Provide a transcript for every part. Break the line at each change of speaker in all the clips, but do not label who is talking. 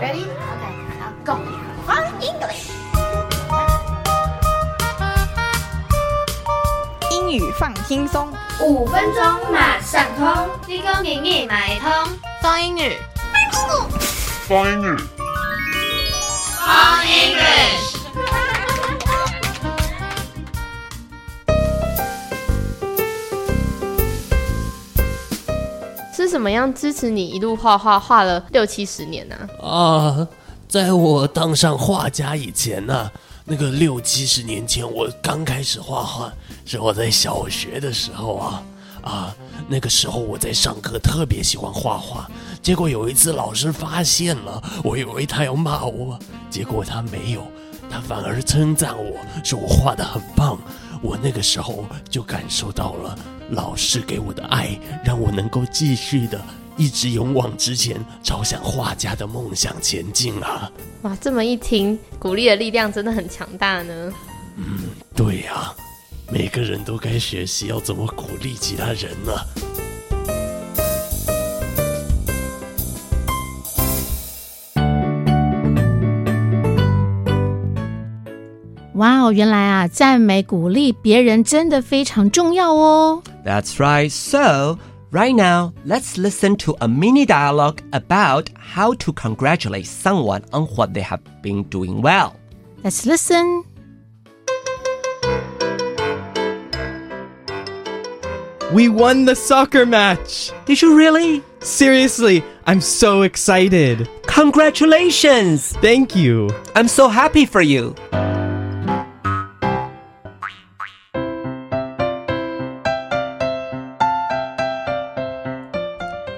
Ready? Okay, I'll go. On English.
英语放轻松，
五分钟马上通，
立功给你买通。
双英语，
双英语，
All English。
是什么样支持你一路画画画了六七十年呢、
啊，在我当上画家以前呢、那个六七十年前，我刚开始画画是我在小学的时候啊啊，那个时候我在上课特别喜欢画画，结果有一次老师发现了，我以为他要骂我，结果他没有，他反而称赞我说我画的很棒。我那个时候就感受到了老师给我的爱，让我能够继续的一直勇往直前，朝向画家的梦想前进啊！
哇，这么一听，鼓励的力量真的很强大呢。
对呀、每个人都该学习要怎么鼓励其他人呢、
哇哦，原来啊，赞美鼓励别人真的非常重要哦。
That's right. So, right now, let's listen to a mini dialogue about how to congratulate someone on what they have been doing well.
Let's listen.
match.
Did you really?
Seriously, I'm so excited.
Congratulations!
Thank you.
I'm so happy for you.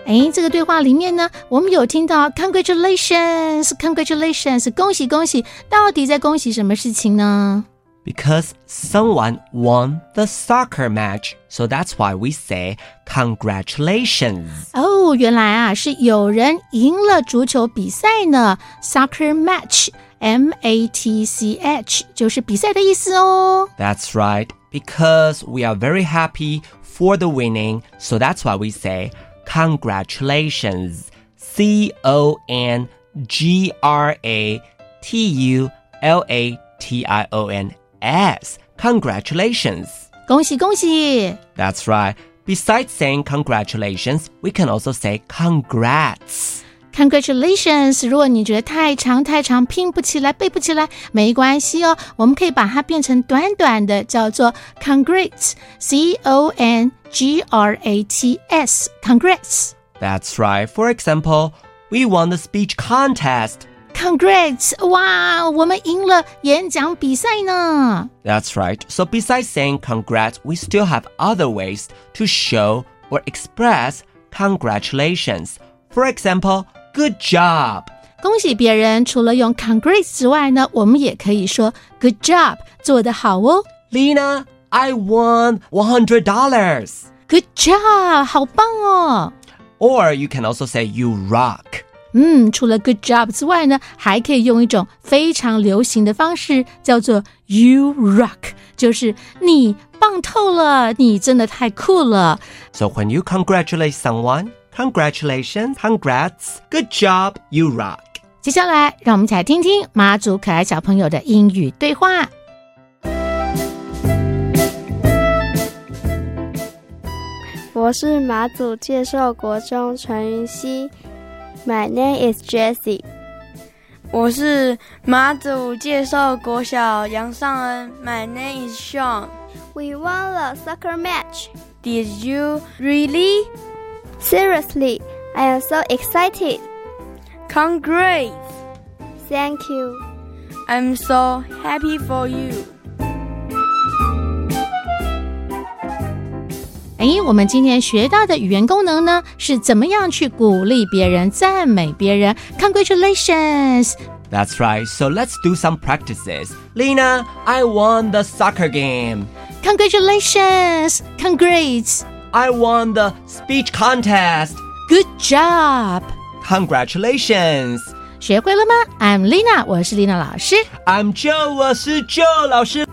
哎，这个对话里面呢，我们有听到 “congratulations, congratulations”，恭喜恭喜，到底在恭喜什么事情呢？
Because someone won the soccer match. So that's why we say congratulations.
哦，原来啊是有人赢了足球比赛呢，soccer match，M A T C H 就是比赛的意思哦。
That's right. Because we are very happy for the winning. So that's why we say congratulations. C O N G R A T U L A T I O N S. Congratulations.
恭喜恭喜！
That's right. Besides saying congratulations, we can also say congrats.
Congratulations！如果你觉得太长太长，拼不起来、背不起来，没关系哦，我们可以把它变成短短的，叫做 congrats，c o n g r a t s，congrats。
That's right. For example, we won the speech contest.
Congrats！哇，我们赢了演讲比赛呢。
That's right. So, besides saying congrats, we still have other ways to show or express congratulations. For example, good job.
恭喜别人，除了用 congrats 之外呢，我们也可以说 good job，做得好哦。
Lena, I won $100.
Good job，好棒哦。
Or you can also say you rock.
嗯，除了 good job 之外呢，还可以用一种非常流行的方式，叫做 you rock，就是你棒透了，你真的太酷了。
So, when you congratulate someone, congratulations, congrats, good job, you rock.
接下来，让我们一起来听听妈祖可爱小朋友的英语对话。
我是马祖介绍国中陈云熙，My name is Jessie。我是马祖介绍国小杨尚恩，My name is Sean。We won the soccer match. Did you really? Seriously, I am so excited. Congrats! Thank you. I'm so happy for you.
诶，哎我们今天学到的语言功能呢，是怎么样去鼓励别人、赞美别人？Congratulations！
That's right. So let's do some practices. Lena, I won the soccer game.
Congratulations! Congrats!
I won the speech contest.
Good job!
Congratulations.
学会了吗？I'm Lina，我是 Lina 老师。
I'm Joe. 我是 Joe 老师。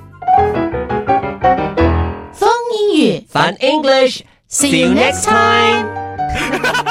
风英语
Fun English.
See you next time.